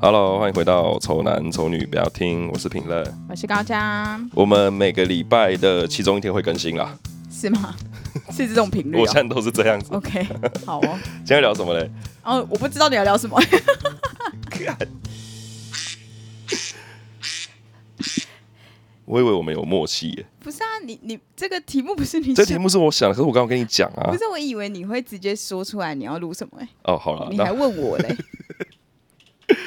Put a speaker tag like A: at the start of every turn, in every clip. A: Hello，欢迎回到《丑男丑女》，不要听，我是品乐。
B: 我是高江，
A: 我们每个礼拜的其中一天会更新啦，
B: 是 吗？是这种频率
A: 我
B: 哦、
A: 现在都是这样子。
B: OK，好哦。
A: 今天要聊什么嘞？
B: 哦，我不知道你要聊什么。
A: 我以为我们有默契耶。
B: 不是啊，你你这个题目不是你
A: 这
B: 想，
A: 题目是我想的，可是我刚刚跟你讲啊
B: 不。是我以为你会直接说出来你要录什么、欸，
A: 哦，好了，
B: 你还
A: 那
B: 问 我嘞。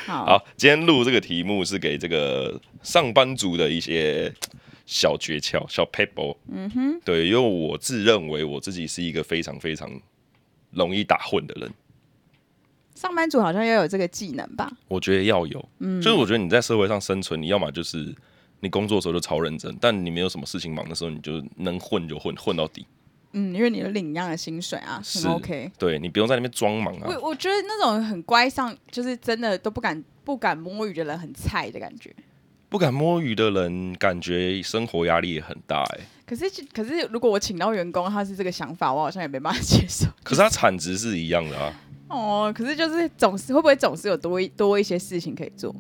B: 好，
A: 好，今天录这个题目是给这个上班族的一些小诀窍、小 paper。嗯哼，对，因为我自认为我自己是一个非常非常容易打混的人。
B: 上班族好像要有这个技能吧？
A: 我觉得要有，就是我觉得你在社会上生存，你要么就是你工作的时候就超认真，但你没有什么事情忙的时候，你就能混就混，混到底。
B: 嗯，因为你领一样的薪水啊，很
A: 是
B: OK。
A: 对你不用在那边装忙啊，
B: 我我觉得那种很乖上，就是真的都不敢不敢摸鱼的人，很菜的感觉。
A: 不敢摸鱼的人，感觉生活压力也很大哎、
B: 可是可是，如果我请到员工，他是这个想法，我好像也没办法接受。
A: 可是它产值是一样的啊，
B: 哦，可是就是总是会不会总是有多一多一些事情可以做，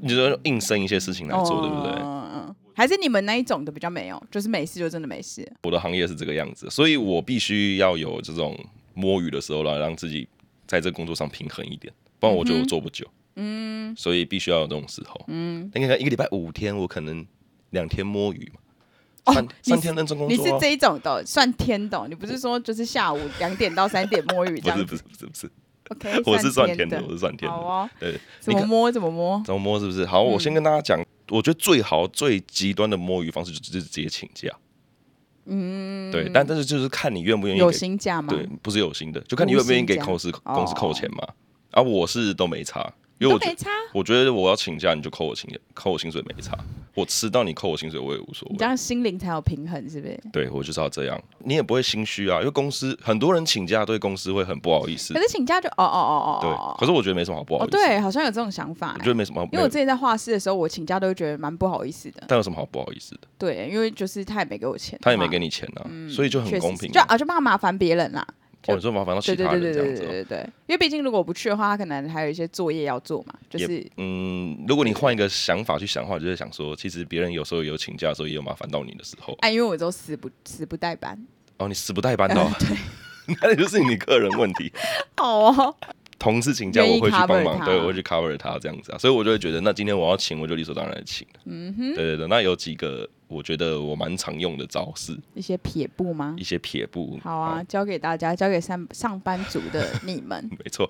A: 你就要硬生一些事情来做，对不对？
B: 嗯嗯嗯。还是你们那一种的比较没有，就是没事就真的没事。
A: 我的行业是这个样子，所以我必须要有这种摸鱼的时候来让自己在这工作上平衡一点，不然我觉得我做不久。嗯，所以必须要有这种时候。嗯，你看一个礼拜五天，我可能两天摸鱼嘛，三、
B: 哦你是
A: 三天认真工
B: 你是
A: 作、啊。
B: 这一种的，算天懂。你不是说就是下午两点到三点摸鱼这
A: 不
B: 样
A: 是
B: 子
A: 不是不是不是，
B: ？OK，
A: 我是算天
B: 的
A: 的，。我是算天
B: 好
A: 的。
B: 哦，嗯
A: 对，
B: 怎
A: 你
B: 么
A: 看
B: 摸怎么摸。
A: 怎么摸是不是？好，我先跟大家讲，我觉得最好最极端的摸鱼方式就是直接请假。嗯，对，但但是就是看你愿不愿意
B: 有
A: 给
B: 薪假吗？
A: 对，不是有薪的，就看你
B: 无
A: 愿不愿意
B: 薪
A: 给
B: 假
A: 公司公司
B: 哦
A: 扣钱嘛。啊，我是都没差，因为
B: 都
A: 我觉
B: 没
A: 得
B: 差。
A: 我觉得我要请假你就扣我请扣我薪水没差，我吃到你扣我薪水我也无所
B: 你这
A: 谓。
B: 样心灵才有平衡，是不是？
A: 对我就是要这样，你也不会心虚啊，因为公司很多人请假对公司会很不好意思
B: 可。是请假就哦哦哦
A: 对
B: 哦，，
A: 可是我觉得没什么好不好
B: 哦
A: 意思，
B: 对，好像有这种想法
A: 我觉
B: 欸。
A: 得没什么好，
B: 因为我之前在画室的时候，我请假都会觉得蛮不好意思的。
A: 但有什么好不好意思的？
B: 对，因为就是他也没给我钱，
A: 他也没
B: 哇
A: 给你钱啊，所以就很
B: 嗯确实
A: 公
B: 是
A: 平
B: 就
A: 啊。
B: 啊就怕麻烦别人啦。
A: 哦，你说麻烦到其
B: 对对
A: 他
B: 对
A: 人
B: 对
A: 这
B: 对
A: 样子
B: 对
A: 哦。
B: 对对，因为毕竟如果我不去的话，他可能还有一些作业要做嘛，就是
A: 嗯，如果你换一个想法去想的话，就是想说，其实别人有时候有请假的时候，也有麻烦到你的时候。
B: 哎，因为我都死不死不 带班。
A: 哦，你死不带班 的、哦， 那就是你个人问题。
B: 哦，
A: 同事请假
B: 愿意
A: 我会去帮
B: cover
A: 忙，
B: 他
A: 对我会去 cover 他这样子啊，所以我就会觉得，那今天我要请，我就理所当然的请。嗯哼，对对对，那有几个我觉得我蛮常用的招式，
B: 一些撇步吗
A: 一？些撇步。
B: 好啊，
A: 哦，
B: 交给大家，交给上上班族 的你们。
A: 没错。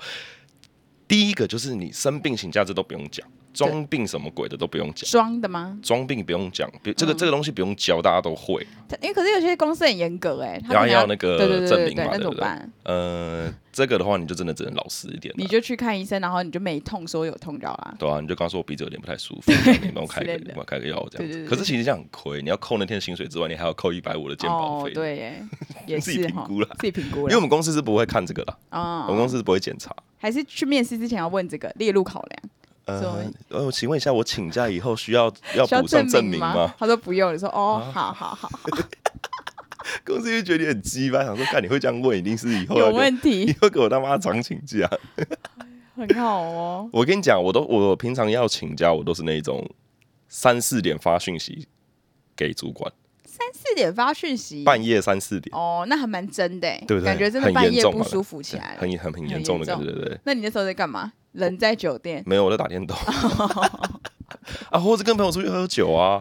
A: 第一个就是你生病请假这都不用讲，装病什么鬼的都不用讲，
B: 装的吗？
A: 装病不用讲，别这个、
B: 嗯
A: 这个东西不用教，大家都会。
B: 因为可是有些公司很严格哎，他
A: 然后
B: 可能
A: 要那个
B: 对对对
A: 证
B: 对
A: 明
B: 对
A: 嘛
B: 那
A: 对不
B: 怎么
A: 对
B: 办？
A: 呃，这个的话你就真的只能老实一点了、
B: 你就去看医生，然后你就没痛，说有痛就好啦。
A: 对啊，你就刚说我鼻子有点不太舒服，这样你帮我开个
B: 之类的
A: 帮我开个药这样子。
B: 对对对
A: 可是其实这样很亏，你要扣那天的薪水之外，你还要扣一百五的健保
B: 哦
A: 费。，
B: 对耶，也
A: 自己
B: 是
A: 评
B: 哈
A: 估啦，
B: 自己评
A: 因
B: 估
A: 为我
B: 了。
A: 们公司是不会看这个的，我们
B: 啊，
A: 公司是不会检查。
B: 还是去面试之前要问这个列入考量。所
A: 呃
B: 以，
A: 呃，请问一下，我请假以后需要要
B: 需要
A: 补上证明
B: 吗
A: 吗？？啊
B: 他说不用，你说哦，好好好，
A: 公司就觉得你很鸡巴，想说，看你会这样问，一定是以后要
B: 有
A: 给我
B: 问
A: 以
B: 题，
A: 后给我他妈常请假。
B: 很好哦。
A: 我跟你讲，我都我平常要请假，我都是那种三四点发讯息给主管，
B: 三四点发讯息，
A: 半夜三四点。
B: 哦，那还蛮真的欸，
A: 对不对
B: 感觉真的
A: 很
B: 半
A: 严
B: 夜
A: 重
B: 不
A: 嘛
B: 舒服起来了。
A: 很很很严重的
B: 很
A: 感
B: 严
A: 觉，对对对。
B: 那你那时候在干嘛？人在酒店，
A: 没有，我在打电 动。啊，或者跟朋友出去喝酒啊，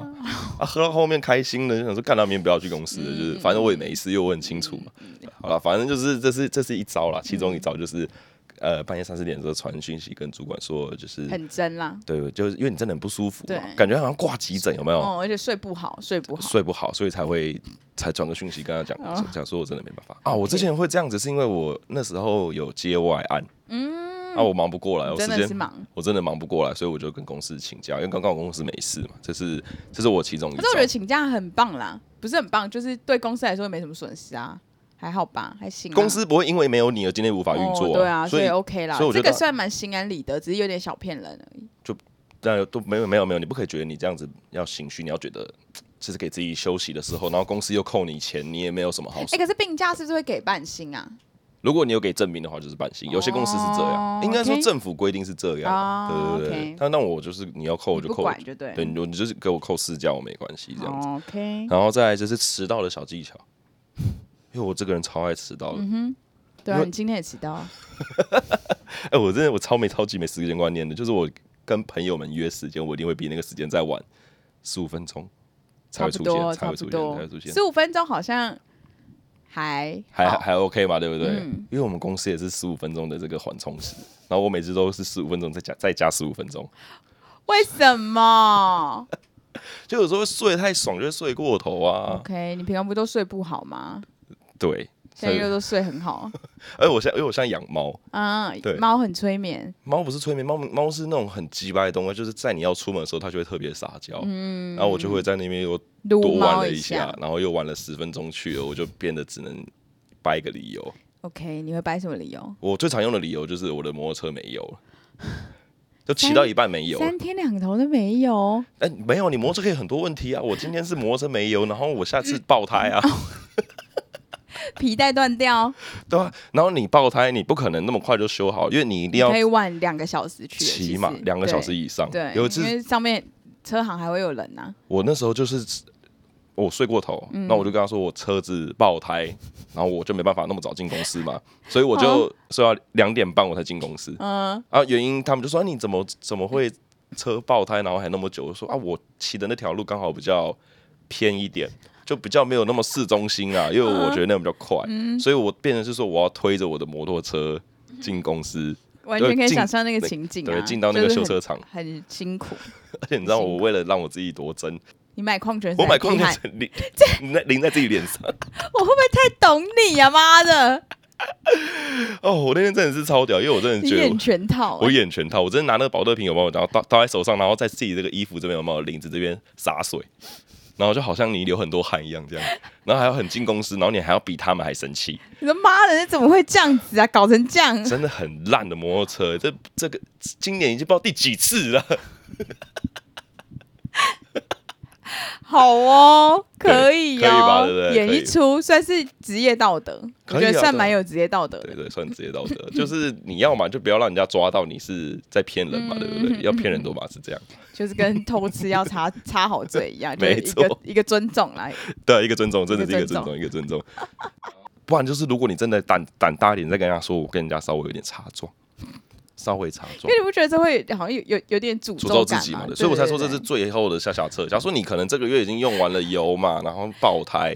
A: 啊，喝到后面开心了，就想说干到明天不要去公司了，
B: 嗯
A: 就是反正我也没事，因为我很清楚嘛。好了，反正就是这是这是一招啦，其中一招就是，呃，半夜三四点的时候传讯息跟主管说，就是
B: 很真啦。
A: 对，就是因为你真的很不舒服嘛
B: 对，
A: 感觉好像挂急诊有没有？
B: 哦，而且睡不好，睡不好。
A: 睡不好，所以才会才转个讯息跟他讲
B: 哦，
A: 讲说我真的没办法啊。我之前会这样子，是因为我那时候有接外案，嗯，啊，我忙不过来，我时
B: 真的
A: 间
B: 是忙，
A: 我真的忙不过来，所以我就跟公司请假，因为刚刚我公司没事嘛，这是这是我其中一
B: 可
A: 招
B: 是我觉得请假很棒啦，不是很棒，就是对公司来说也没什么损失啊，还好吧，还行啊。
A: 公司不会因为没有你而今天无法运
B: 哦
A: 作、
B: 对啊，
A: 所
B: 所
A: 以
B: 以 OK 啦
A: 所以我，觉
B: 这
A: 得
B: 个算蛮心安理得，只是有点小骗人而已。
A: 那都没有没有没有，你不可以觉得你这样子要心虚，你要觉得这是给自
B: 哎
A: 己休息的时候，然后公司又扣你钱，你也没有什么好。
B: 哎，可是病假是不是会给半薪啊？
A: 如果你有给证明的话，就是半薪。有些公司是这样，
B: 哦
A: 应该说
B: OK
A: 政府规定是这样。啊
B: 哦
A: 对对对
B: OK，
A: 但那我就是你要扣我就
B: 你不
A: 扣我
B: 管就对哦
A: 对，你就你就是给我扣四价我没关系这样子。
B: OK，
A: 然后再来就是迟到的小技巧，因为我这个人超爱迟到的。因
B: 对啊，
A: 为
B: 你今天也迟到啊，
A: 哎、我真的我超没超级没时间观念的，就是我跟朋友们约时间，我一定会比那个时间再晚十五分钟才
B: 差
A: 会
B: 不
A: 出
B: 多，
A: 现，才
B: 差
A: 会
B: 不
A: 出现，才会
B: 多
A: 出，现，
B: 十五分钟好像还
A: 还
B: 好
A: 还 OK 嘛，对不对？
B: 嗯
A: 因为我们公司也是十五分钟的这个缓冲时，然后我每次都是十五分钟再加再加十五分钟，
B: 为什么
A: 就有时候会睡太爽，就会睡过头啊。
B: ？OK，你平常不都睡不好 吗？
A: 对，
B: 现在
A: 所以
B: 又都睡很 好，
A: 而我现在因为我现在养猫，
B: 嗯
A: 对，
B: 猫很催眠，
A: 猫不是催眠，猫猫是那种很鸡掰的动物，就是在你要出门的时候，它就会特别撒娇，
B: 嗯
A: 然后我就会在那边又
B: 撸
A: 多玩
B: 猫
A: 了一
B: 下
A: 下，。然后又玩了十分钟去了，我就变得只能掰一个理由。
B: OK，你会掰什么理由？
A: 我最常用的理由就是我的摩托车没油 了，就骑到一半没油了。
B: 三天两头都没 有，
A: 哎、没有，你摩托车可以很多问题啊。我今天是摩托车没油，然后我下次爆胎啊，
B: 嗯皮带断掉，
A: 对吧、然后你爆胎，你不可能那么快就修好，因为你一定要
B: 可以晚两个小时去的，
A: 骑
B: 其
A: 嘛
B: 实
A: 两个小时
B: 对
A: 以上。
B: 对，
A: 有一
B: 因
A: 次
B: 为上面车行还会有人啊呐、
A: 我那时候就是我睡过头，
B: 嗯
A: 那我就跟他说我车子爆胎，然后我就没办法那么早进公司嘛，所以我
B: 哦
A: 就说要两点半我才进公司。
B: 嗯，
A: 啊，原因他们就说、啊你怎么怎么会车爆胎，然后还那么久？我说啊，我骑的那条路刚好比较偏一点，就比较没有那么市中心啊，因
B: 嗯
A: 为我觉得那样比较快，所以我变成是说我要推着我的摩托车进公司，
B: 完全可以
A: 进
B: 想象那个情景、啊，
A: 对，进到那个
B: 就是
A: 修车厂。
B: 很很辛苦。
A: 而 且你知道我为了让我自己多争，
B: 你买矿泉水，
A: 我买矿泉，水淋淋在 淋在自己脸上。
B: 我会不会太懂你呀、妈的，
A: 哦，我那天真的是超屌，因为我真的嗯
B: 你
A: 觉得我
B: 演全套、啊
A: 我演全套，我真的拿那个保乐瓶有没有，然后倒倒在手上，然后在自己这个衣服这边有没有领子这边洒水，然后就好像你流很多汗一样这样，然后还要很进公司，然后你还要比他们还生气，
B: 你说妈的，你怎么会这样子啊？搞成这样，
A: 真的很烂的摩托车，欸这这个今年已经不知道第几次了，
B: 好哦，
A: 对
B: 可以
A: 可以吧
B: 哦，
A: 对不对
B: 演
A: 可
B: 一
A: 以
B: 出算是职业道德，
A: 可以啊
B: 我觉得
A: 对啊
B: 算蛮有职业道德的。
A: 对对，算职业道 德，就是你要嘛就不要让人家抓到你是在骗人嘛，对不对？要骗人多嘛是这样，
B: 就是跟偷吃要 擦擦好嘴一样，就是
A: 没
B: 一
A: 错
B: 个一个尊重啦。
A: 对，一个尊重，真的是一
B: 一
A: 个
B: 个
A: 尊
B: 尊
A: 重，一个尊重。 不然就是，如果你真的胆胆大一点，再跟人家说，我跟人家稍微有点擦撞，稍微擦撞
B: 因，为你不觉得这会好像有有有点诅
A: 诅咒自
B: 感
A: 己嘛
B: 嘛，对，
A: 所以我才说
B: 对
A: 这
B: 对
A: 是最后的下下策。假如说你可能这个月已经用完了油嘛，然后爆胎，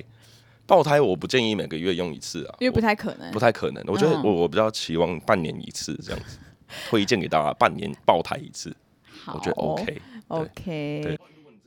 A: 爆胎我不建议每个月用一次啊，
B: 因为不
A: 我
B: 太可能
A: 不。太可能。我觉得
B: 嗯
A: 我我比较期望半年一次这样子，推荐给大家半年爆胎一次，
B: 好哦
A: 我觉得 OK。
B: OK
A: 对。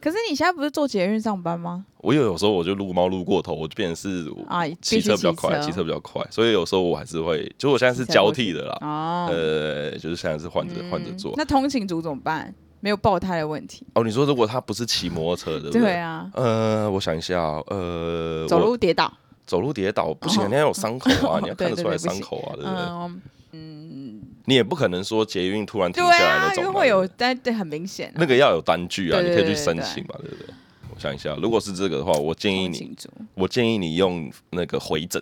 B: 可是你现在不是坐捷运上班吗？
A: 我有有时候我就撸猫撸过头，我就变成是我
B: 啊，必
A: 嗯骑
B: 须
A: 车比较
B: 骑
A: 快，骑车比较快，所以有时候我还是会，就我现在是
B: 骑车
A: 交
B: 过去
A: 替的啦，
B: 哦。嗯
A: 呃，就是现在是换着换着做。
B: 那通勤族怎么办？没有爆胎的问题。
A: 哦，你说如果他不是骑摩托车，对不
B: 对
A: 对？
B: 啊，
A: 呃，我想一下哦，呃，
B: 走
A: 我
B: 路跌倒。
A: 走路跌倒不行，
B: 哦
A: 你要有伤口 啊，你要看得
B: 对对
A: 出来
B: 对不行
A: 伤口啊，对不对？
B: 嗯，
A: 你也不可能说捷运突然停
B: 对
A: 下来
B: 啊
A: 那，
B: 因为
A: 种嘛，
B: 会有，
A: 对不对
B: 但对很明显啊。
A: 那个要有单据啊，
B: 对
A: 你
B: 对
A: 可以去
B: 对对
A: 申
B: 对
A: 请嘛，对不对？我想一下，如果是这个的话，我建议
B: 通
A: 你，
B: 勤族
A: 我建议你用那个回诊，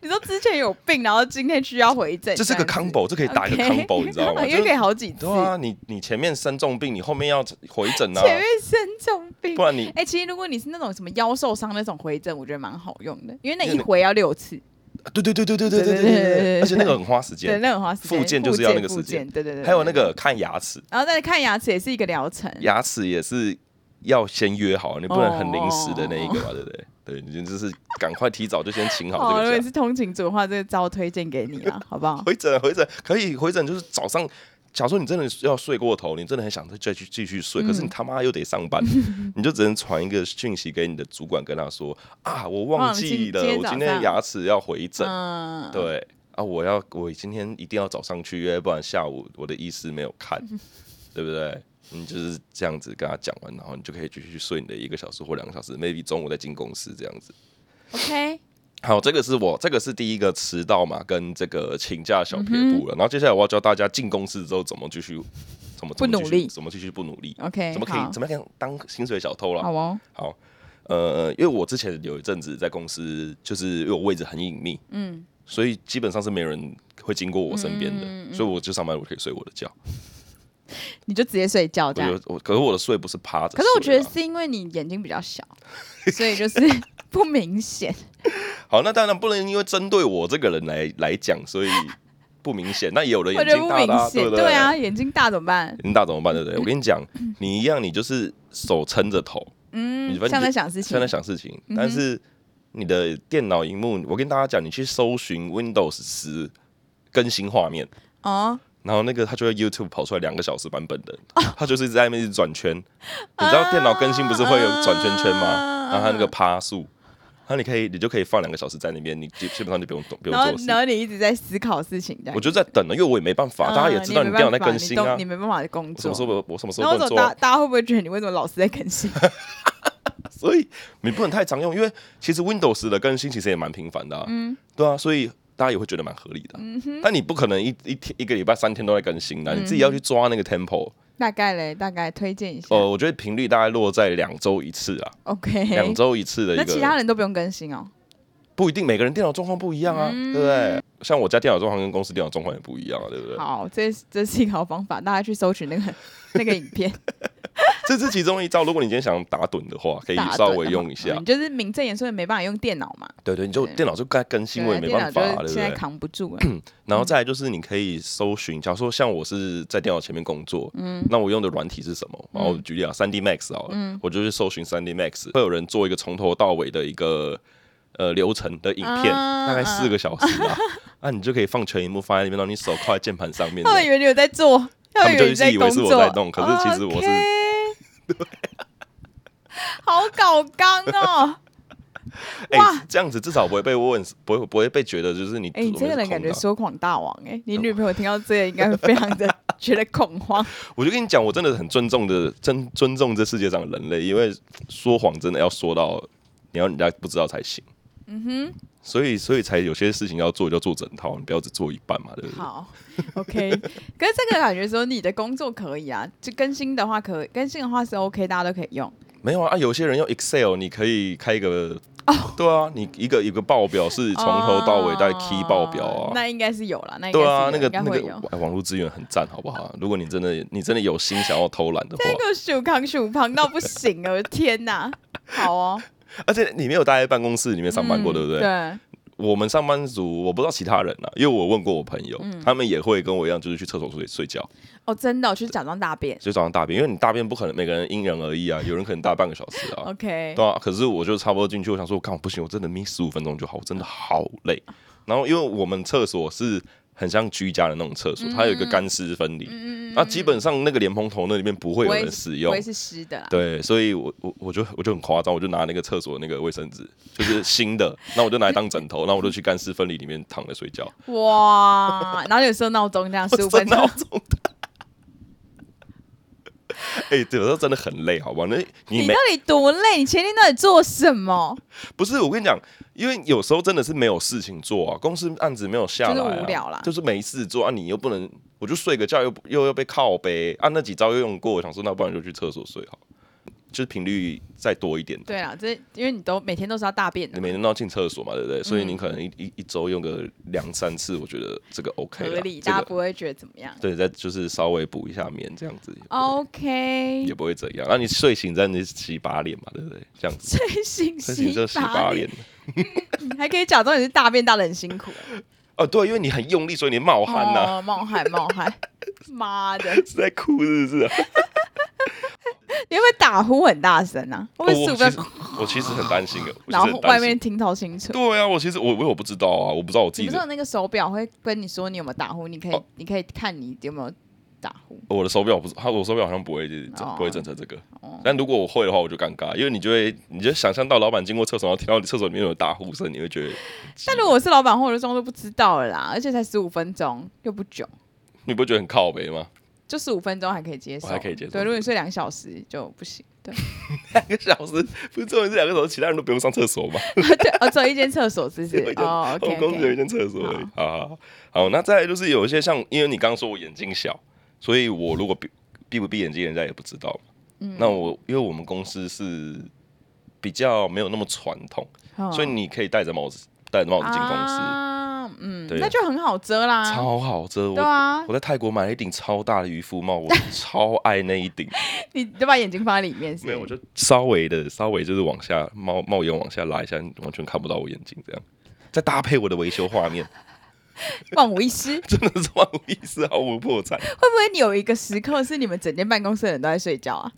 B: 你说之前有病，然后今天需要回诊，
A: 这是个
B: 样子
A: combo，这可以打一个
B: OK
A: combo，你知 道吗？
B: 因
A: 就
B: 为可以
A: 是
B: 好几次，
A: 对啊，你你前面生重病，你后面要回诊啊，
B: 前面生重病
A: 不。然你
B: 哎、其实如果你是那种什么腰受伤那种回诊，我觉得蛮好用的，因为那
A: 因为
B: 一
A: 那
B: 回要六次，
A: 对对对对对对对对
B: 对对
A: 对
B: 对
A: 对，
B: 对
A: 而且那个很花时
B: 对，
A: 间。
B: 那很花时间。
A: 复健就是要那个时
B: 复
A: 间
B: 健对对对。对
A: 还有那，个看牙齿，
B: 然后再看牙齿也是一个疗程。
A: 牙齿也是要先约好，你不能很临时的那一个嘛，对不对？对，你就是赶快提早就先请好
B: 哦，
A: 这
B: 如果
A: 个
B: 你
A: 假。
B: 是通勤族的话，这个招推荐给你了，啊好 不好？
A: 回诊回诊可以回诊，就是早上。假如说你真的要睡过头，你真的很想再去继续
B: 嗯
A: 睡，可是你他妈又得上 班，你就只能传一个讯息给你的主管，跟他说啊，我忘记了，
B: 忘了今
A: 我今
B: 今天早
A: 天
B: 上
A: 牙齿要回诊，
B: 嗯，
A: 对啊，我要我今天一定要早上去，要不然下午我的医师没有 看，对不对？你就是这样子跟他讲完，然后你就可以继续去睡你的一个小时或两个小时，maybe 中午再进公司这样子。
B: ，OK，
A: 好，这个是我这个是第一个迟到嘛，跟这个请假小撇步
B: 嗯
A: 了。然后接下来我要教大家进公司之后怎么继续，怎么怎么
B: 不
A: 继
B: 努
A: 续
B: 力
A: 怎么继续不努力
B: OK，
A: 怎么可以啊
B: 好
A: 怎么样当薪水小偷了。
B: 好哦，
A: 好，呃，因为我之前有一阵子在公司，就是因为我位置很隐秘，嗯，所以基本上是没有人会经过我身边
B: 嗯
A: 的，所以我就上班我可以睡我的觉，
B: 你就直接睡觉这
A: 我
B: 样。
A: 就我可是我的睡不是趴着睡啊、
B: 啊可是我觉得是因为你眼睛比 较小，所以就是不明显。
A: 好，那当然不能因为针对我这个人来来讲，所以不明显。那也有人
B: 我
A: 眼
B: 觉得
A: 睛
B: 不
A: 大
B: 明
A: 的、对
B: 显，
A: 不对？
B: 对啊，嗯眼睛大怎么办？
A: 眼睛大怎么办？对不对？我跟你讲，你一样，你就是手撑着头，
B: 嗯
A: 你反，正
B: 像
A: 你
B: 在
A: 就
B: 想事情
A: 像在，想事情，
B: 嗯
A: 但是你的电脑荧幕，我跟大家讲，你去搜寻 Windows 十更新画面，
B: 哦，
A: 然后那个它就会 YouTube 跑出来两个小时版本的，它就是一直在那边一直转圈。你知道电脑更新不是会有转圈圈
B: 啊
A: 吗？然后它那个趴数，然后你可以你就可以放两个小时在那边，你基基本上就不用动，不用
B: 然后
A: 做事
B: 然。后你一直在思考事情，这样
A: 我就在等啊了，因为我也没办法，大家也
B: 嗯
A: 知道
B: 你
A: 你
B: 没
A: 电脑在
B: 办法
A: 更新啊
B: 你。动你没办法工
A: 我什
B: 作
A: 么。时候不我什么时
B: 然
A: 候
B: 后
A: 不
B: 怎
A: 能
B: 么
A: 做啊
B: 大？大家会不会觉得你为什么老是在 更新？
A: 所以你不能太常用，因为其实 Windows 的更新其实也蛮频繁的、啊，嗯，对啊，所以大家也会觉得蛮合理的啊、
B: 嗯
A: 但你不可能一一天一个礼拜三天都在更新的啊、你自己要去抓那个 tempo、
B: 大概嘞，大概推荐一 下。
A: 呃，我觉得频率大概落在两周一次啊，
B: OK，
A: 两周一次的
B: 那
A: 一
B: 其他
A: 个，
B: 人都不用更新哦。
A: 不一定每个人电脑状况不一样啊，
B: 嗯
A: 对不对？像我家电脑状况跟公司电脑状况也不一样啊，对不对？
B: 好，这这是一个好方法，大家去搜寻那个那个影片，
A: 这是其中一招，如果你今天想打盹的话，可以
B: 大家
A: 稍
B: 对
A: 微
B: 的
A: 用
B: 嘛
A: 一下
B: 嗯。你就是名正言顺地没办法用电脑嘛，
A: 对对，你就
B: 对
A: 电脑就该更新，
B: 对
A: 我也没
B: 电脑
A: 办法啊、
B: 就
A: 对不
B: 是现在
A: 对？嗯
B: 扛不住了。
A: 然
B: 嗯
A: 后再来就是你可以搜寻，假如说像我是在电脑前面工作，嗯，那我用的软体是什么？
B: 嗯
A: 然后我举例啊，三 D Max 好了，我就去搜寻三 D Max，会有人做一个从头到尾的一个呃流程的影片，
B: 啊
A: 大概四个小时 啊，那、你就可以放全荧幕放在那边，然后你手靠在键盘上面的
B: 他。们以为你有在做，
A: 他们
B: 以为
A: 就
B: 你在
A: 是以为是我
B: 工作
A: 在弄可是其实我是
B: OK 好搞刚哦！
A: 哎、
B: 哇
A: 这样子至少不会被问，不会不会被觉得就是你。
B: 哎、你这个人感觉
A: 我们是空的啊
B: 说谎大王哎、你女朋友听到这个应该会非常 的觉得恐慌。
A: 我就跟你讲，我真的很尊重的，尊尊重这世界上的人类，因为说谎真的要说到你要人家不知道才行。嗯哼，所以所以才有些事情要做就做整套，你不要只做一半嘛，对不对？
B: 好，OK。可是这个感觉说你的工作可以啊，就更新的话可以，更新的话是 OK，大家都可以用。
A: 没有啊，啊，有些人用 Excel，你可以开一个。对啊，你一个一个报表是从头到尾带 key 报表
B: 哦哦
A: 啊，
B: 那应该是有了，那应该
A: 对
B: 是有
A: 啊，那个
B: 应该
A: 那
B: 会
A: 个
B: 有。
A: 网网络资源很赞，好不好？如果你真的你真的有心想要偷懒的话，
B: 那个鼠康鼠胖到不行啊 了，我的天哪！好哦，
A: 而且你没有待在办公室里面上班过，
B: 嗯
A: 对不对？
B: 对。
A: 我们上班族，我不知道其他人啊，因为我问过我朋友，
B: 嗯
A: 他们也会跟我一样，就是去厕所睡睡觉，
B: 哦，真的哦、就是假装大便。
A: 就早上大便，因为你大便不可能每个人因人而异啊，有人可能大半个小时啊，
B: OK，
A: 对啊。可是我就差不多进去，我想说，干不行，我真的眯十五分钟就好，我真的好累。然后因为我们厕所是很像居家的那种厕所，
B: 嗯
A: 它有一个干湿分离，那基本上那个莲蓬头那里面不会有人使
B: 不
A: 用
B: 会。是湿的啦。
A: 对，所以我我我就我就很夸张，我就拿那个厕所那个卫生纸，就是新的， 那我就拿来当枕头，那我就去干湿分离里面躺着睡觉。
B: 哇，然后有设闹 钟这样十五分钟
A: 闹，钟的。 哎、有时候真的很累，好吧？那你
B: 你
A: 没
B: 到底多累？你前天到底做什么？
A: 不是我跟你讲，因为有时候真的是没有事情做啊，公司案子没有下来、啊，
B: 就是无聊啦
A: 就是没事做啊，你又不能，我就睡个觉又不又要被靠背啊，那几招又用过，我想说那不然就去厕所睡好，就是频率再多一点的。
B: 对啦，这因为你都每天都是要大便
A: 你
B: 的，
A: 每天都要进厕所嘛，对不对？所以
B: 嗯
A: 你可能一一一周用个两三次，我觉得这个 OK
B: 合
A: 了。
B: 理，
A: 这
B: 大家
A: 个
B: 不会觉得怎么样。
A: 对，再就是稍微补一下眠这样子。
B: OK，
A: 也不会怎样。啊那、你睡醒再你洗把脸嘛，对不对？这样子，
B: 睡醒
A: 睡醒就洗把脸。
B: 脸， 还可以假装你是大便大的很辛苦，啊
A: 哦，对，因为你很用力，所以你冒汗呐、
B: 哦，冒汗冒汗， 妈的，
A: 是在哭是不是、啊？
B: 你会不会打呼很大声啊？会不
A: 哦我
B: 会十
A: 我其实
B: 五分
A: 我其实很担心的，我其实
B: 然后
A: 很担
B: 外
A: 心
B: 面听超清楚。
A: 对啊，我其实我我我不知道啊，我不知道我自
B: 你
A: 己
B: 不是有
A: 的
B: 那个手表会跟你说你有没有打呼？你可以，
A: 哦
B: 你可以看你有没有打呼。
A: 我的手表不是，它我手表好像不会整、
B: 哦
A: 不会整成这个
B: 哦。
A: 但如果我会的话，我就尴尬，因为你就会你就想象到老板经过厕所，然后听到你厕所里面有打呼声，你会觉得
B: 但如果我是老板或者装都不知道了啦，而且才十五分钟又不久，
A: 你不会觉得很靠北吗？
B: 就十五分钟还可以接受，
A: 哦我还可以接受
B: 对，如果你睡两小时就不行。对，
A: 两个小时不是重点是两个小时，其他人都不用上厕所吗？
B: 对，哦，只有一间厕 所是不是
A: 有一？间
B: 哦
A: 我
B: ，OK
A: 们公司有一
B: OK。
A: 间厕所而已。好好好好，那再来就是有一些像，因为你刚刚说我眼睛小，所以我
B: 嗯
A: 如果闭闭不闭眼睛，人家也不知道嘛。那我因为我们公司是比较没有那么传统，所以你可以戴着帽子戴着帽子进公司，
B: 哦啊、嗯，
A: 对
B: 那就很好遮啦。
A: 超好遮。
B: 对
A: 我
B: 啊，
A: 我在泰国买了一顶超大的渔夫 帽，我超爱那一顶。
B: 你就把眼睛放在里面是不是
A: 没有，我就稍微的稍微就是往下帽帽檐往下拉一下，你完全看不到我眼睛这样。再搭配我的维修画面，
B: 万无一失。
A: 真的是万无一失，毫无啊破绽。
B: 会不会你有一个时刻是你们整间办公室的人都在睡觉啊？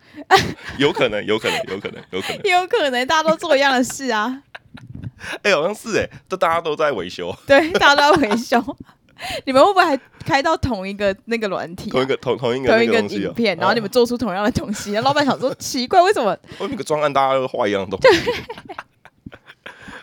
A: 有可能，有可能，有可能，有可 能。
B: 也有可能大家都做一样的事啊。
A: 哎、好像是哎、都大家都在维修
B: 对，大家都在维修。 你们会不会还开到同一个那个软体啊、
A: 同一个同同一个
B: 同
A: 那
B: 一个
A: 东西、
B: 影
A: 哦。
B: 片，然后你们做出同样的东西，然后老板想说奇怪，为什么？
A: 哦，那个专案大家都画一样的东 西。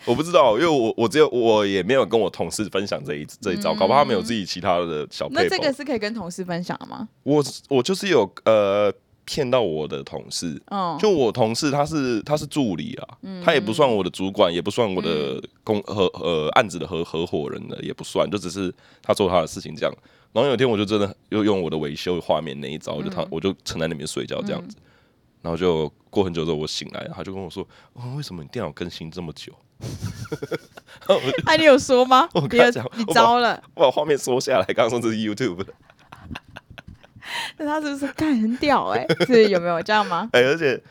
A: 我不知道，因为我我只有我也没有跟我同事分享这一这一招，搞不好他们有自己其他的小
B: 嗯那
A: 配
B: 这个是可以跟同事分享的吗？
A: 我我就是有呃骗到我的同事，
B: 嗯，
A: 就我同事他是他是助理啊，他也不算我的主管，也不算我
B: 嗯
A: 的工合呃案子的合合伙人的，也不算，就只是他做他的事情这样。然后有一天我就真的又用我的维修画面那一招，我就
B: 嗯
A: 他我就撑在那边睡觉这样子，然后就过很久之后我醒来，他就跟我说：“哦，为什么你电脑更新这么 久
B: 哎、你有说吗？
A: 我跟
B: 你
A: 他
B: 有
A: 讲
B: 你
A: 我
B: 招了？”？
A: 我把画面缩下来，刚刚说这是 YouTube 的，
B: 那他是不是看很屌、哎，是有没有这样吗？
A: 哎、而且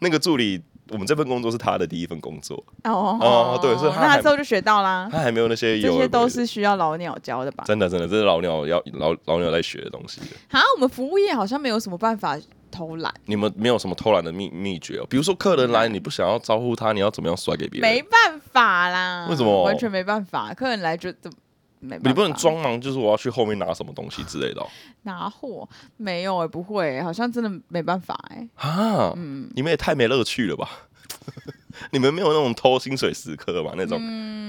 A: 那个助理。我们这份工作是他的第一份工作，
B: 哦
A: 哦对所以他
B: 那
A: 还
B: 他之后就学到啦。
A: 他还没有那些
B: 啊
A: 有
B: 这
A: 的没
B: 些
A: 的
B: 都是需要老鸟教的吧？
A: 真的真的，这是老鸟要老老鸟在学的东西。
B: 啊，我们服务业好像没有什么办法偷懒，
A: 你们没有什么偷懒的秘秘诀哦？比如说客人来，你不想要招呼他，你要怎么样甩给别人？
B: 没办法啦。
A: 为什么
B: 完全没办法，客人来就怎么没办法？
A: 你不能装忙，就是我要去后面拿什么东西之类的哦、
B: 拿货，没有哎、不会、好像真的没办法哎、
A: 啊！你们也太没乐趣了吧？ 你们没有那种偷薪水时刻吧？那种、
B: 嗯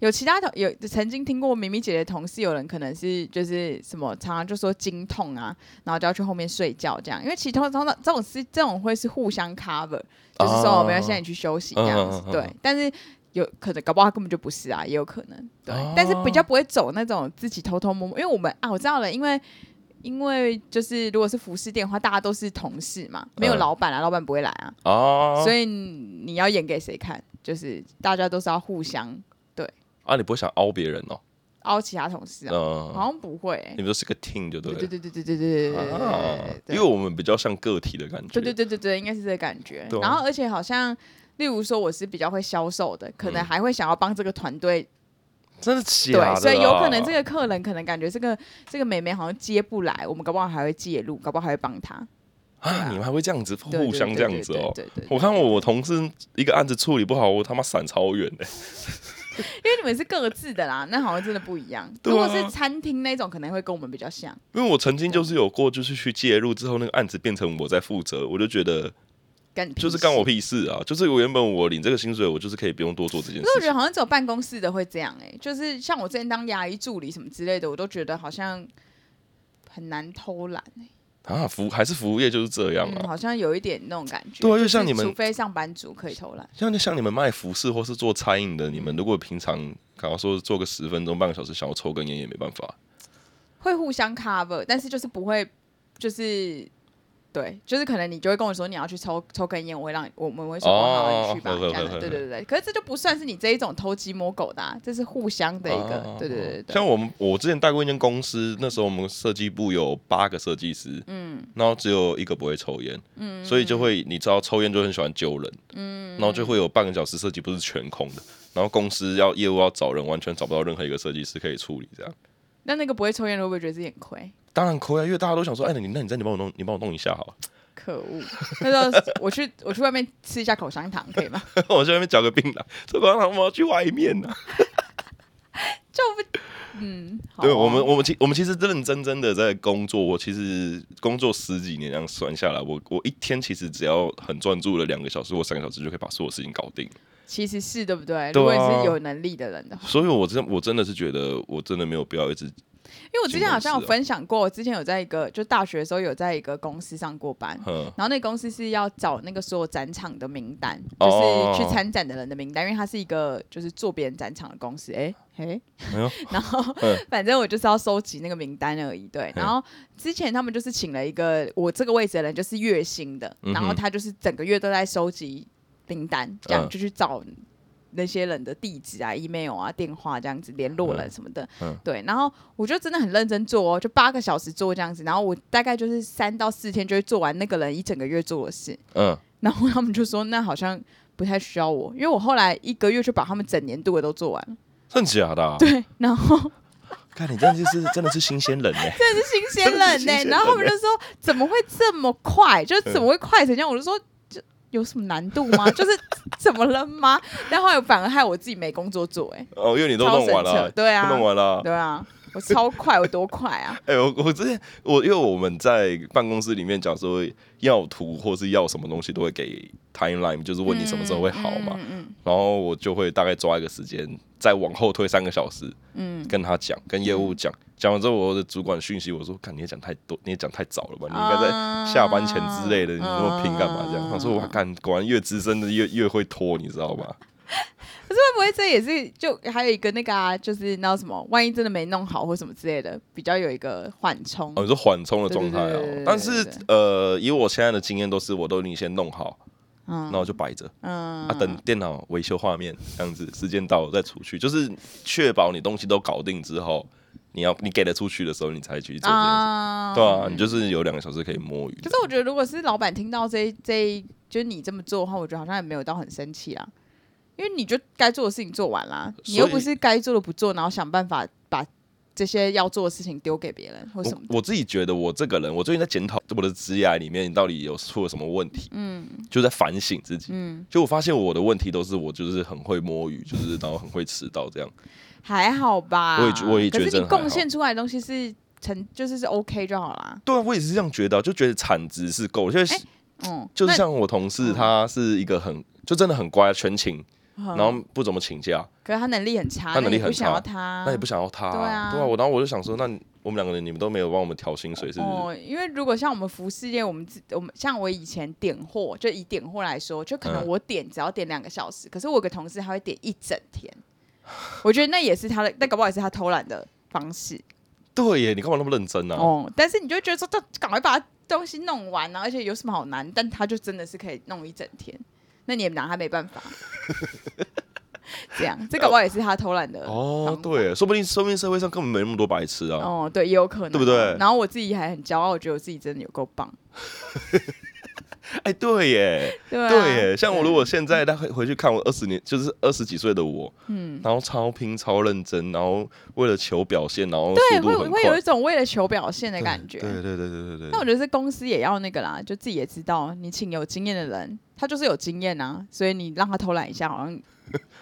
B: 有其他同有曾经听过咪咪姐姐的同事，有人可能是就是什么，常常就说经痛啊，然后就要去后面睡觉这样，因为其实通通常这种是这种会是互相 cover，就是说、
A: 啊
B: 哦没关系，那你去休息这样
A: 嗯
B: 子
A: 嗯，嗯嗯
B: 对，但是。有可能，搞不好他根本就不是啊，也有可能，对。
A: 哦
B: 但是比较不会走那种自己偷偷摸摸，因为我们啊，我知道了，因为因为就是如果是服饰店的话，大家都是同事嘛，没有
A: 嗯
B: 老板啊，老板不会来啊，
A: 啊，
B: 所以你要演给谁看？就是大家都是要互相
A: 啊，你不会想凹别人哦？
B: 凹其他同事啊，
A: 嗯，
B: 好像不会、欸
A: 你。们就是个 team 就对
B: 对
A: 了。
B: 对对对对对对对
A: 啊
B: 对对，
A: 因为我们比较像个体的感觉。
B: 对对对对对，应该是这个感觉
A: 对。啊
B: 然后而且好像，例如说我是比较会销售的，可能
A: 嗯
B: 还会想要帮这个团队
A: 真的假的、啊？
B: 对，所以有可能这个客人可能感觉这个这个美眉好像接不来，我们搞不好还会介入，搞不好还会帮她，
A: 啊，你们还会这样子
B: 对对
A: 互相
B: 对
A: 这
B: 对
A: 样子哦、
B: 对对对，
A: 我看我同事一个案子处理不好，我他妈闪超远的、
B: 因为你们是各自的啦，那好像真的不一样。
A: 对
B: 如果
A: 啊
B: 是餐厅那种，可能会跟我们比较像。
A: 因为我曾经就是有过，就是去介入之后，那个案子变成我在负责，我就觉得
B: 干你屁
A: 就是
B: 事
A: 干我屁事啊！就是我原本我领这个薪水，我就是可以不用多做这件
B: 可是我
A: 事
B: 觉
A: 情
B: 得好像只有办公室的会这样哎、就是像我之前当牙医助理什么之类的，我都觉得好像很难偷懒、欸，
A: 啊。服还是服务业就是这样
B: 嗯，
A: 啊，
B: 好像有一点那种感觉。
A: 对啊因为
B: 就是
A: 像你们
B: 除非上班族可以偷懒，
A: 像像你们卖服饰或是做餐饮的，你们如果平常。假如说做个十分钟、半个小时，想要抽根烟也没办法。
B: 会互相 cover，但是就是不会，就是对，就是可能你就会跟我说你要去抽抽根烟，我会让你我们会说
A: 哦
B: 哦好，你去吧，
A: 呵呵
B: 这样
A: 呵呵
B: 的，对对对对。可是这就不算是你这一种偷鸡摸狗的、啊，这是互相的一个，
A: 啊
B: 对对对对
A: 像我们，我之前带过一间公司，那时候我们设计部有八个设计师，嗯，然后只有一个不会抽烟，嗯，所以就会你知道抽烟就很喜欢揪人，嗯，然后就会有半个小时设计部是全空的，然后公司要业务要找人，完全找不到任何一个设计师可以处理这样。
B: 那那个不会抽烟的会不会觉得自己很亏？
A: 当然可以啊，因为大家都想说，哎，你那你在你帮我弄，你帮我弄一下好了，
B: 可恶！那时候我去我去外面吃一下口香糖，可以吗？
A: 我在那边嚼个槟榔，这不然我们要去外面啊呢、
B: 嗯，好
A: 对
B: 哦
A: 我们，我们其我们其实认真真的在工作。我其实工作十几年这样算下来，我我一天其实只要很专注了两个小时或三个小时，就可以把所有事情搞定。
B: 其实是对不
A: 对
B: 对？
A: 啊
B: 如果你是有能力的人的话，
A: 所以，我真我真的是觉得，我真的没有必要一直
B: 因为我之前好
A: 进
B: 像
A: 公司
B: 有
A: 啊
B: 分享过，我之前有在一个就大学的时候有在一个公司上过班。
A: 嗯
B: 然后那个公司是要找那个所有展场的名单，就
A: 哦
B: 是去参展的人的名单，因为它是一个就是做别人展场的公司。哎哎
A: 哎呦，
B: 然后
A: 嗯
B: 反正我就是要收集那个名单而已。对，然后之前他们就是请了一个我这个位置的人，就是月薪的，
A: 嗯哼
B: 然后他就是整个月都在收集。订单，这样
A: 嗯
B: 就去找那些人的地址啊、email 啊、电话这样子联络人什么的。
A: 嗯
B: 对，然后我就真的很认真做哦，就八个小时做这样子，然后我大概就是三到四天就会做完那个人一整个月做的事。
A: 嗯，
B: 然后他们就说，那好像不太需要我，因为我后来一个月就把他们整年度的都做完了。
A: 真假的啊、
B: 对，然后
A: 看你真的就是真的是新鲜人呢、欸
B: 真的是新鲜人
A: 真
B: 呢、
A: 的是新鲜人嗯
B: 然后他们就说怎么会这么快？就是怎么会快成这样？我就说。就有什么难度吗？就是 怎么了吗？但后来反而害我自己没工作做、哎，
A: 哦，因为你都
B: 超
A: 弄完
B: 神
A: 了
B: 扯，对啊
A: 都弄完了，
B: 对啊，我超快，我多快啊！
A: 哎、我我之前我因为我们在办公室里面讲说要图或是要什么东西都会给 timeline，就是 问你什么时候会好嘛，
B: 嗯嗯
A: 然后我就会大概抓一个时间，再往后推三个小时，嗯，跟他讲，跟业务讲，讲完之后我的主管讯息我说，看你也讲太多，你也讲太早了吧，
B: 啊
A: 你应该在下班前之类的，你那么拼干嘛这样？他
B: 嗯
A: 说我干，果然越资深的越越会拖，你知道吗？
B: 可是会不会这也是就还有一个那个啊，就是那什么，万一真的没弄好或什么之类的，比较有一个缓冲。
A: 哦，你说缓冲的
B: 对
A: 状
B: 对
A: 态
B: 嗯对对
A: 哦
B: 对，
A: 但是
B: 对
A: 呃，以我现在的经验都是我都已经先弄好，
B: 嗯
A: 那我就摆着。
B: 嗯
A: 啊，等电脑维修画面这样子，时间到了再出去，就是确保你东西都搞定之后，你要你给得出去的时候，你才去做这件事。
B: 啊
A: 对啊，你就是有两个小时可以摸鱼
B: 可
A: 的。
B: 是我觉得，如果是老板听到这一这一，就是你这么做的话，我觉得好像也没有到很生气啊，因为你就该做的事情做完啦，
A: 所以
B: 你又不是该做的不做，然后想办法把这些要做的事情丢给别人或什么的。
A: 我我自己觉得，我这个人，我最近在检讨我的职业里面到底有出了什么问题，嗯，就在反省自己，嗯，就我发现我的问题都是我就是很会摸鱼，就是然后很会迟到这样，
B: 还好吧，
A: 我也觉我也觉得
B: 可是你
A: 还好
B: 贡献出来的东西是成，就是是 OK 就好啦。
A: 对啊，我也是这样觉得啊，就觉得产值是够的，就是、
B: 哎嗯，
A: 就是
B: 那嗯
A: 像我同事，他是一个很就真的很乖，啊全勤，
B: 嗯
A: 然后不怎么请假，
B: 可是他能力很差，
A: 他能力
B: 那你不
A: 很
B: 想
A: 差
B: 要他，
A: 那也不想要他、
B: 对啊
A: 对啊，我然后我就想说，那你我们两个人你们都没有帮我们调薪水，是不是？
B: 哦，因为如果像我们服饰业，我们自我们像我以前点货，就以点货来说，就可能
A: 嗯
B: 我点只要点两个小时，可是我有个同事他会点一整天，我觉得那也是他的，那搞不好也是他偷懒的方式、
A: 对耶，你干嘛那么认真呢、啊？
B: 哦。但是你就会觉得说，他赶快把他东西弄完啊，而且有什么好难？但他就真的是可以弄一整天，那你也拿他没办法。这 样，这搞不好也是他偷懒的
A: 哦
B: 方，法
A: 对耶，说不定说不定社会上根本没那么多白痴啊。
B: 哦，对，也有可能，
A: 对不对
B: 然后我自己还很骄傲，我觉得我自己真的有够棒。
A: 哎，对耶，
B: 对、啊，
A: 对耶，像我
B: 对
A: 如果现在他回回去看我二十年，就是二十几岁的我，嗯，然后超拼超认真，然后为了求表现，然后
B: 对，
A: 速
B: 会
A: 度很
B: 会有
A: 快
B: 一，种为了求表现的感觉。
A: 对对对对对
B: 但我
A: 对。
B: 觉得是公司也要那个啦，就自己也知道，你请有经验的人，他就是有经验啊，所以你让他偷懒一下，好像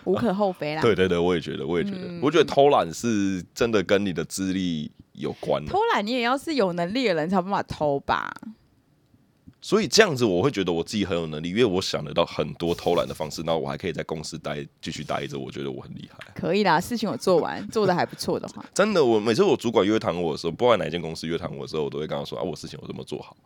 B: 无可厚非 啦。
A: 对对对，我也觉得，我也觉得，
B: 嗯
A: 我觉得偷懒是真的跟你的资历有关的
B: 偷，懒你也要是有能力的人才有办法偷 吧？
A: 所以这样子我会觉得我自己很有能力，因为我想得到很多偷懒的方式，然后我还可以在公司待继续待着，我觉得我很厉害。
B: 可以啦，事情我做完， 做的还不错的话，
A: 真的，我每次我主管约谈我的时候，不管哪间公司约谈我的时候，我都会跟他说啊，我事情我这么做好。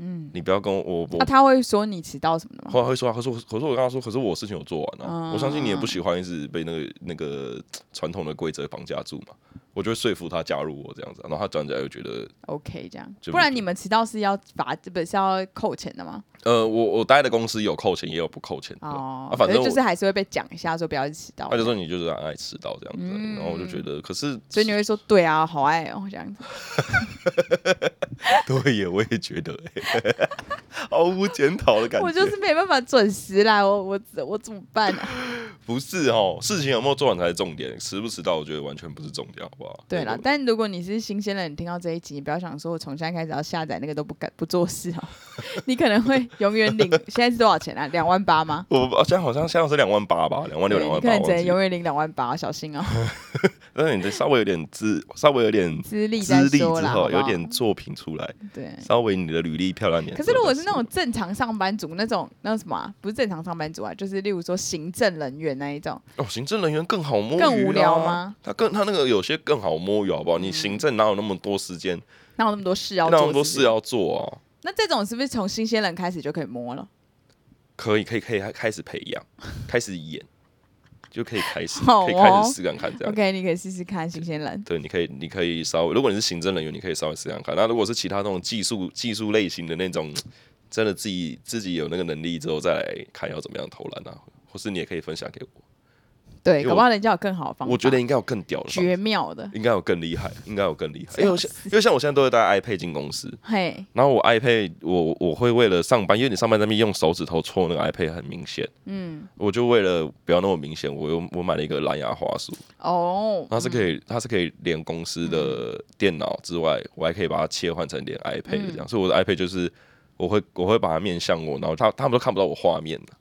A: 嗯，你不要跟我我
B: 那、
A: 我。
B: 他会说你迟到什么的吗？
A: 后来会说啊，可是我可是我跟他说，可是我事情有做完啊。
B: 嗯
A: 我相信你也不喜欢一直被那个那个传统的规则绑架住嘛。我就会说服他加入我这样子，啊然后他转起来又觉得，
B: OK，这样，
A: 就
B: 不然你们迟到是要罚，不是要扣钱的吗？
A: 呃，我我待的公司有扣钱，也有不扣钱的。
B: 哦，
A: 啊，反正
B: 可
A: 我
B: 是就是还是会被讲一下，说不要一起迟到
A: 他。就说你就是很爱迟到这样子，啊然后我就觉得，可是
B: 嗯所以你会说对啊，好爱哦，这 样子。
A: 对耶，我也觉得、欸， 毫无检讨的感觉。
B: 我就是没办法准时来，我我我怎么办啊呢、
A: 不是哦，事情有没有做完才是重点，迟不迟到，我觉得完全不是重点，好不好？
B: 对啦
A: 那，个
B: 但如果你是新鲜人，你听到这一集，你不要想说我从现在开始要下载那个都不敢不做事哦， 你可能会永远领。现在是多少钱啊？两万八吗？
A: 我我哦现在好像现在是两万八吧，两万六、
B: 对，
A: 两
B: 你
A: 万
B: 可
A: 八，
B: 能
A: 我
B: 只能
A: 忘记了
B: 永远领两万八，小心哦，
A: 但是你这稍微有点资，稍微有点
B: 资历
A: 资
B: 再
A: 历之
B: 说啦，好
A: 后，
B: 不好
A: 有点作品出来，
B: 对。
A: 稍微你的履历漂亮点。
B: 可是如果是那种正常上班族，那种那种什么啊、不是正常上班族啊，就是例如说行政人员那一种，
A: 哦，行政人员更好摸鱼、啊
B: 更无聊？吗？
A: 他更他那个有些更好摸鱼，好啊不好？你行政哪有那么多时间，
B: 哪有那么多事要
A: 哪
B: 做？
A: 有那么多事
B: 是不是
A: 要做啊？
B: 那这种是不是从新鲜人开始就可以摸了？
A: 可以，可以，可以开始培养，开始演，就可以开始，
B: 好哦
A: 可以开始试看看这样。
B: OK，你可以试试看新鲜人。
A: 对，你可以，你可以稍微，如果你是行政人员，你可以稍微试看看。那如果是其他那种技术技术类型的那种真的自己自己有那个能力之后，再来看要怎么样投篮啊，或是你也可以分享给我。
B: 对，
A: 因为
B: 搞不好人家有更好的方法，
A: 我觉得应该有更屌的方法，
B: 绝妙的，
A: 应该有更厉害，应该有更厉害。
B: 笑
A: 因为我现因为像我现在都会带 iPad 进公司，
B: 嘿，
A: 然后我 iPad 我我会为了上班，因为你上班在那边用手指头戳那个 iPad 很明显，
B: 嗯，
A: 我就为了不要那么明显，我又我买了一个蓝牙滑鼠，
B: 哦，
A: 它是可以它是可以连公司
B: 嗯
A: 的电脑之外，我还可以把它切换成连 iPad 这样，所以我的 iPad 就是我会我会把它面向我，然后他他们都看不到我画面的，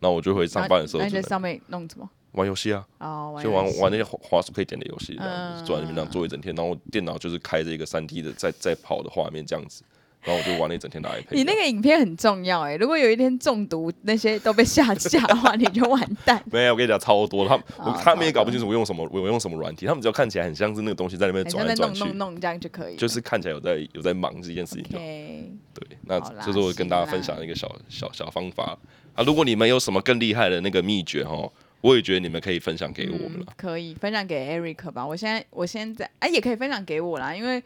A: 然后我就会上班的时候
B: 那你
A: 就
B: 在
A: 能
B: 上面弄什么？
A: 玩游戏啊，
B: 哦，
A: 就
B: 游
A: 玩
B: 戏
A: 玩那些滑滑鼠可以点的游戏，然
B: 嗯
A: 后就坐在那边这样坐一整天，然后我电脑就是开着一个三 D 的在在跑的画面这样子，然后我就玩了一整天的 iPad 这样。
B: 你那个影片很重要哎、如果有一天中毒那些都被下架 的话，你就完蛋。
A: 没有，我跟你讲超多，他们
B: 哦
A: 我他们也搞不清楚我用什么，我用什么软体，他们只要看起来很像是那个东西在那边
B: 反
A: 转
B: 正
A: 来
B: 在
A: 转
B: 弄
A: 去，
B: 弄弄这样就可以了，
A: 就是看起来有在有在忙这件事情就好。
B: OK。
A: 对，那
B: 好啦
A: 这是我跟大家
B: 行啦
A: 分享的一个小小小方法啊。如果你们有什么更厉害的那个秘诀哈，我也觉得你们可以分享给我们
B: 嗯
A: 了。
B: 可以分享给 Eric 吧。我现在我现在哎、也可以分享给我啦，因为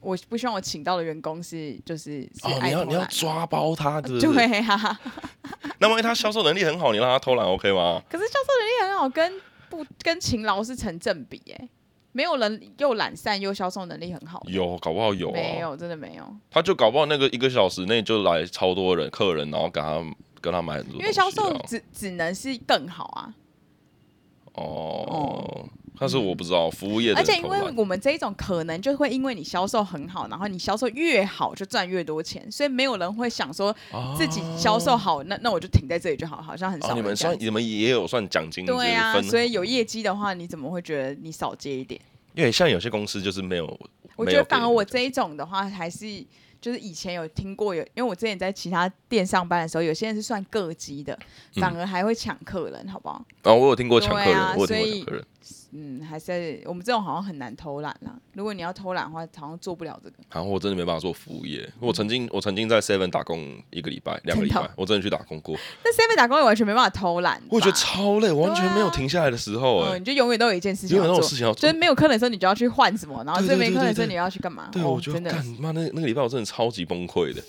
B: 我不希望我请到的员工是就是嗯是
A: 哦，
B: 爱
A: 你要
B: 偷
A: 你要
B: 懒
A: 抓包他，对不对？
B: 对啊，
A: 那万一他销售能力很好，你让他偷懒 OK 吗？
B: 可是销售能力很好，跟不跟勤劳是成正比哎、没有人又懒散又销售能力很好的，
A: 有，搞不好有
B: 没
A: 啊。
B: 有真的没有。
A: 他就搞不好那个一个小时内就来超多人客人，然后给他跟他买很多东
B: 因
A: 西啊。
B: 为销售只只能是更好啊，
A: 哦，但是我不知道服务业的
B: 而
A: 人偷
B: 且
A: 懒，
B: 因为我们这一种可能就会因为你销售很好，然后你销售越好就赚越多钱，所以没有人会想说自己销售好，那那我就停在这里就好，好像很
A: 哦，
B: 少
A: 啊你
B: 人
A: 们
B: 这样
A: 算你们也有算奖金之
B: 对啊，
A: 分，
B: 所以有业绩的话，你怎么会觉得你少接一点？
A: 因为像有些公司就是没有，
B: 我
A: 没
B: 觉
A: 有
B: 得
A: 给
B: 反而
A: 你
B: 我这一种的话，还是就是以前有听过有，因为我之前在其他店上班的时候，有些人是算各级的，反
A: 嗯
B: 而还会抢客人，好不好？
A: 哦，我有听过抢客
B: 对
A: 人，
B: 啊
A: 我有听
B: 所
A: 过
B: 以
A: 抢客人，
B: 嗯，还是我们这种好像很难偷懒啦。如果你要偷懒的话，好像做不了这个。
A: 然后我真的没办法做服务业，我曾经我曾经在 Seven 打工一个礼拜、两个礼
B: 真的
A: 拜
B: 哦，
A: 我真的去打工过，
B: 那 seven 打工也完全没办法偷懒吧，
A: 我觉得超累，我完
B: 对
A: 全
B: 啊
A: 没有停下来的时候，
B: 嗯，
A: 哎，
B: 你就永远都有一件事情
A: 有
B: 要
A: 那种
B: 做，
A: 事情要
B: 就
A: 做
B: 是。没有客人的时候，你就要去换什么，然后
A: 对
B: 这
A: 对
B: 边
A: 对
B: 客
A: 对
B: 人的时候
A: 对
B: 你要去干嘛？
A: 对，
B: 哦
A: 我觉得
B: 真的
A: 干
B: 是，
A: 妈那那个礼拜我真的超级崩溃的，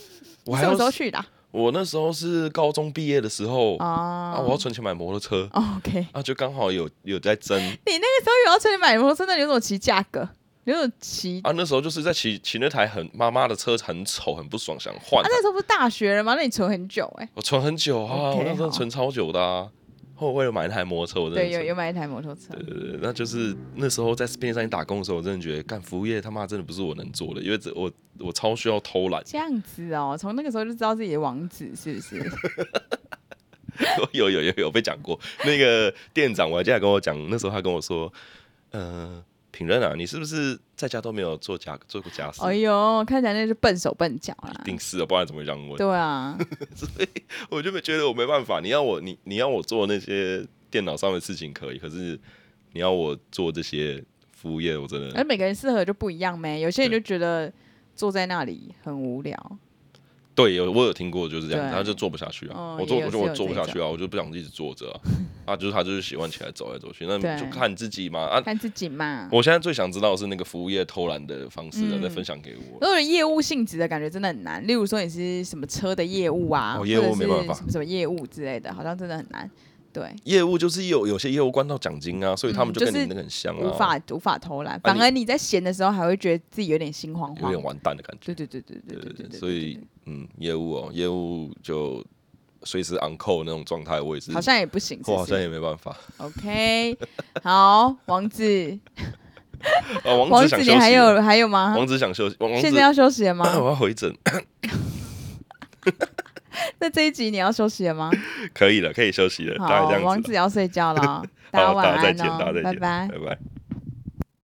A: 我还
B: 什么
A: 要
B: 时候去的啊？
A: 我那时候是高中毕业的时候啊，
B: 啊
A: 我要存钱买摩托车
B: 哦，OK。
A: 啊，就刚好有有在争，
B: 你那个时候有要催你买摩托车，那你有种骑价格，有种骑啊
A: 啊，那时候就是在骑骑那台很妈妈的车，很丑，很不爽，想换。
B: 啊那时候不是大学了吗？那你存很久哎、
A: 我存很久啊
B: OK，
A: 我那时候
B: 好
A: 存超久的啊。后来为了买那台摩托车，我真
B: 对，
A: 的
B: 有
A: 是
B: 有买一台摩托车，
A: 对对对，那就是那时候在便利商店打工的时候，我真的觉得干服务业他妈真的不是我能做的，因为这我我超需要偷懒。
B: 这样子哦，从那个时候就知道自己的王子是 不是？
A: 有有有有被讲过，那个店长我还记得他跟我讲，那时候他跟我说，呃，品任啊，你是不是在家都没有做家做过家事？
B: 哎呦，看起来那是笨手笨脚啦
A: 一。定是啊，不然怎么会这样问？
B: 对 啊，
A: 我就没觉得我没办法。你要我，你你要我做那些电脑上的事情可以，可是你要我做这些服务业，我真的
B: 而每个人适合就不一样呗。有些人就觉得坐在那里很无聊，
A: 对有我有听过就是这样，
B: 对
A: 然后就做不下去啊。
B: 哦
A: 我做
B: 也有
A: 我就我
B: 是有
A: 做不下
B: 这
A: 去啊，我就不想一直坐着啊。啊，就是他就是喜欢起来走来走去，那
B: 对
A: 就看自己嘛啊。
B: 看自己嘛。
A: 我现在最想知道的是那个服务业偷懒的方式啊，
B: 嗯
A: 再分享给我。
B: 如果有业务性质的感觉真的很难，例如说你是什么车的业务啊，
A: 哦
B: 或
A: 业务
B: 者是
A: 没办法
B: 什么什么业务之类的，好像真的很难。对，
A: 业务就是有有些业务关到奖金啊，所以他们
B: 嗯
A: 就跟
B: 就是
A: 你那个很像
B: 无
A: 啊，
B: 法无法偷懒，
A: 啊
B: 反
A: 你
B: 而你在闲的时候还会觉得自己有点心慌
A: 有
B: 慌。
A: 点完蛋的感觉
B: 对。对对对对对对对，
A: 所以嗯，业务哦，业务就随时 on call 那种状态，我也是
B: 好像也不行，是
A: 我
B: 不
A: 好像
B: 是
A: 也没办 法。
B: ？OK，好，王子，
A: 啊，王
B: 王
A: 子
B: 子
A: 想休息
B: 你
A: 了，
B: 还有还有吗？
A: 王子想休息，王王
B: 现在
A: 子
B: 要休息了吗？
A: 我要回诊，
B: 那这一集你要休息了吗？
A: 可以了，可以休息了，大概
B: 好
A: 这，样
B: 王
A: 子
B: 子要睡觉了，
A: 了。好，
B: 晚
A: 大家再
B: 安
A: 见，大家
B: 哦
A: 再，
B: 拜
A: 见，
B: 拜。
A: 拜拜。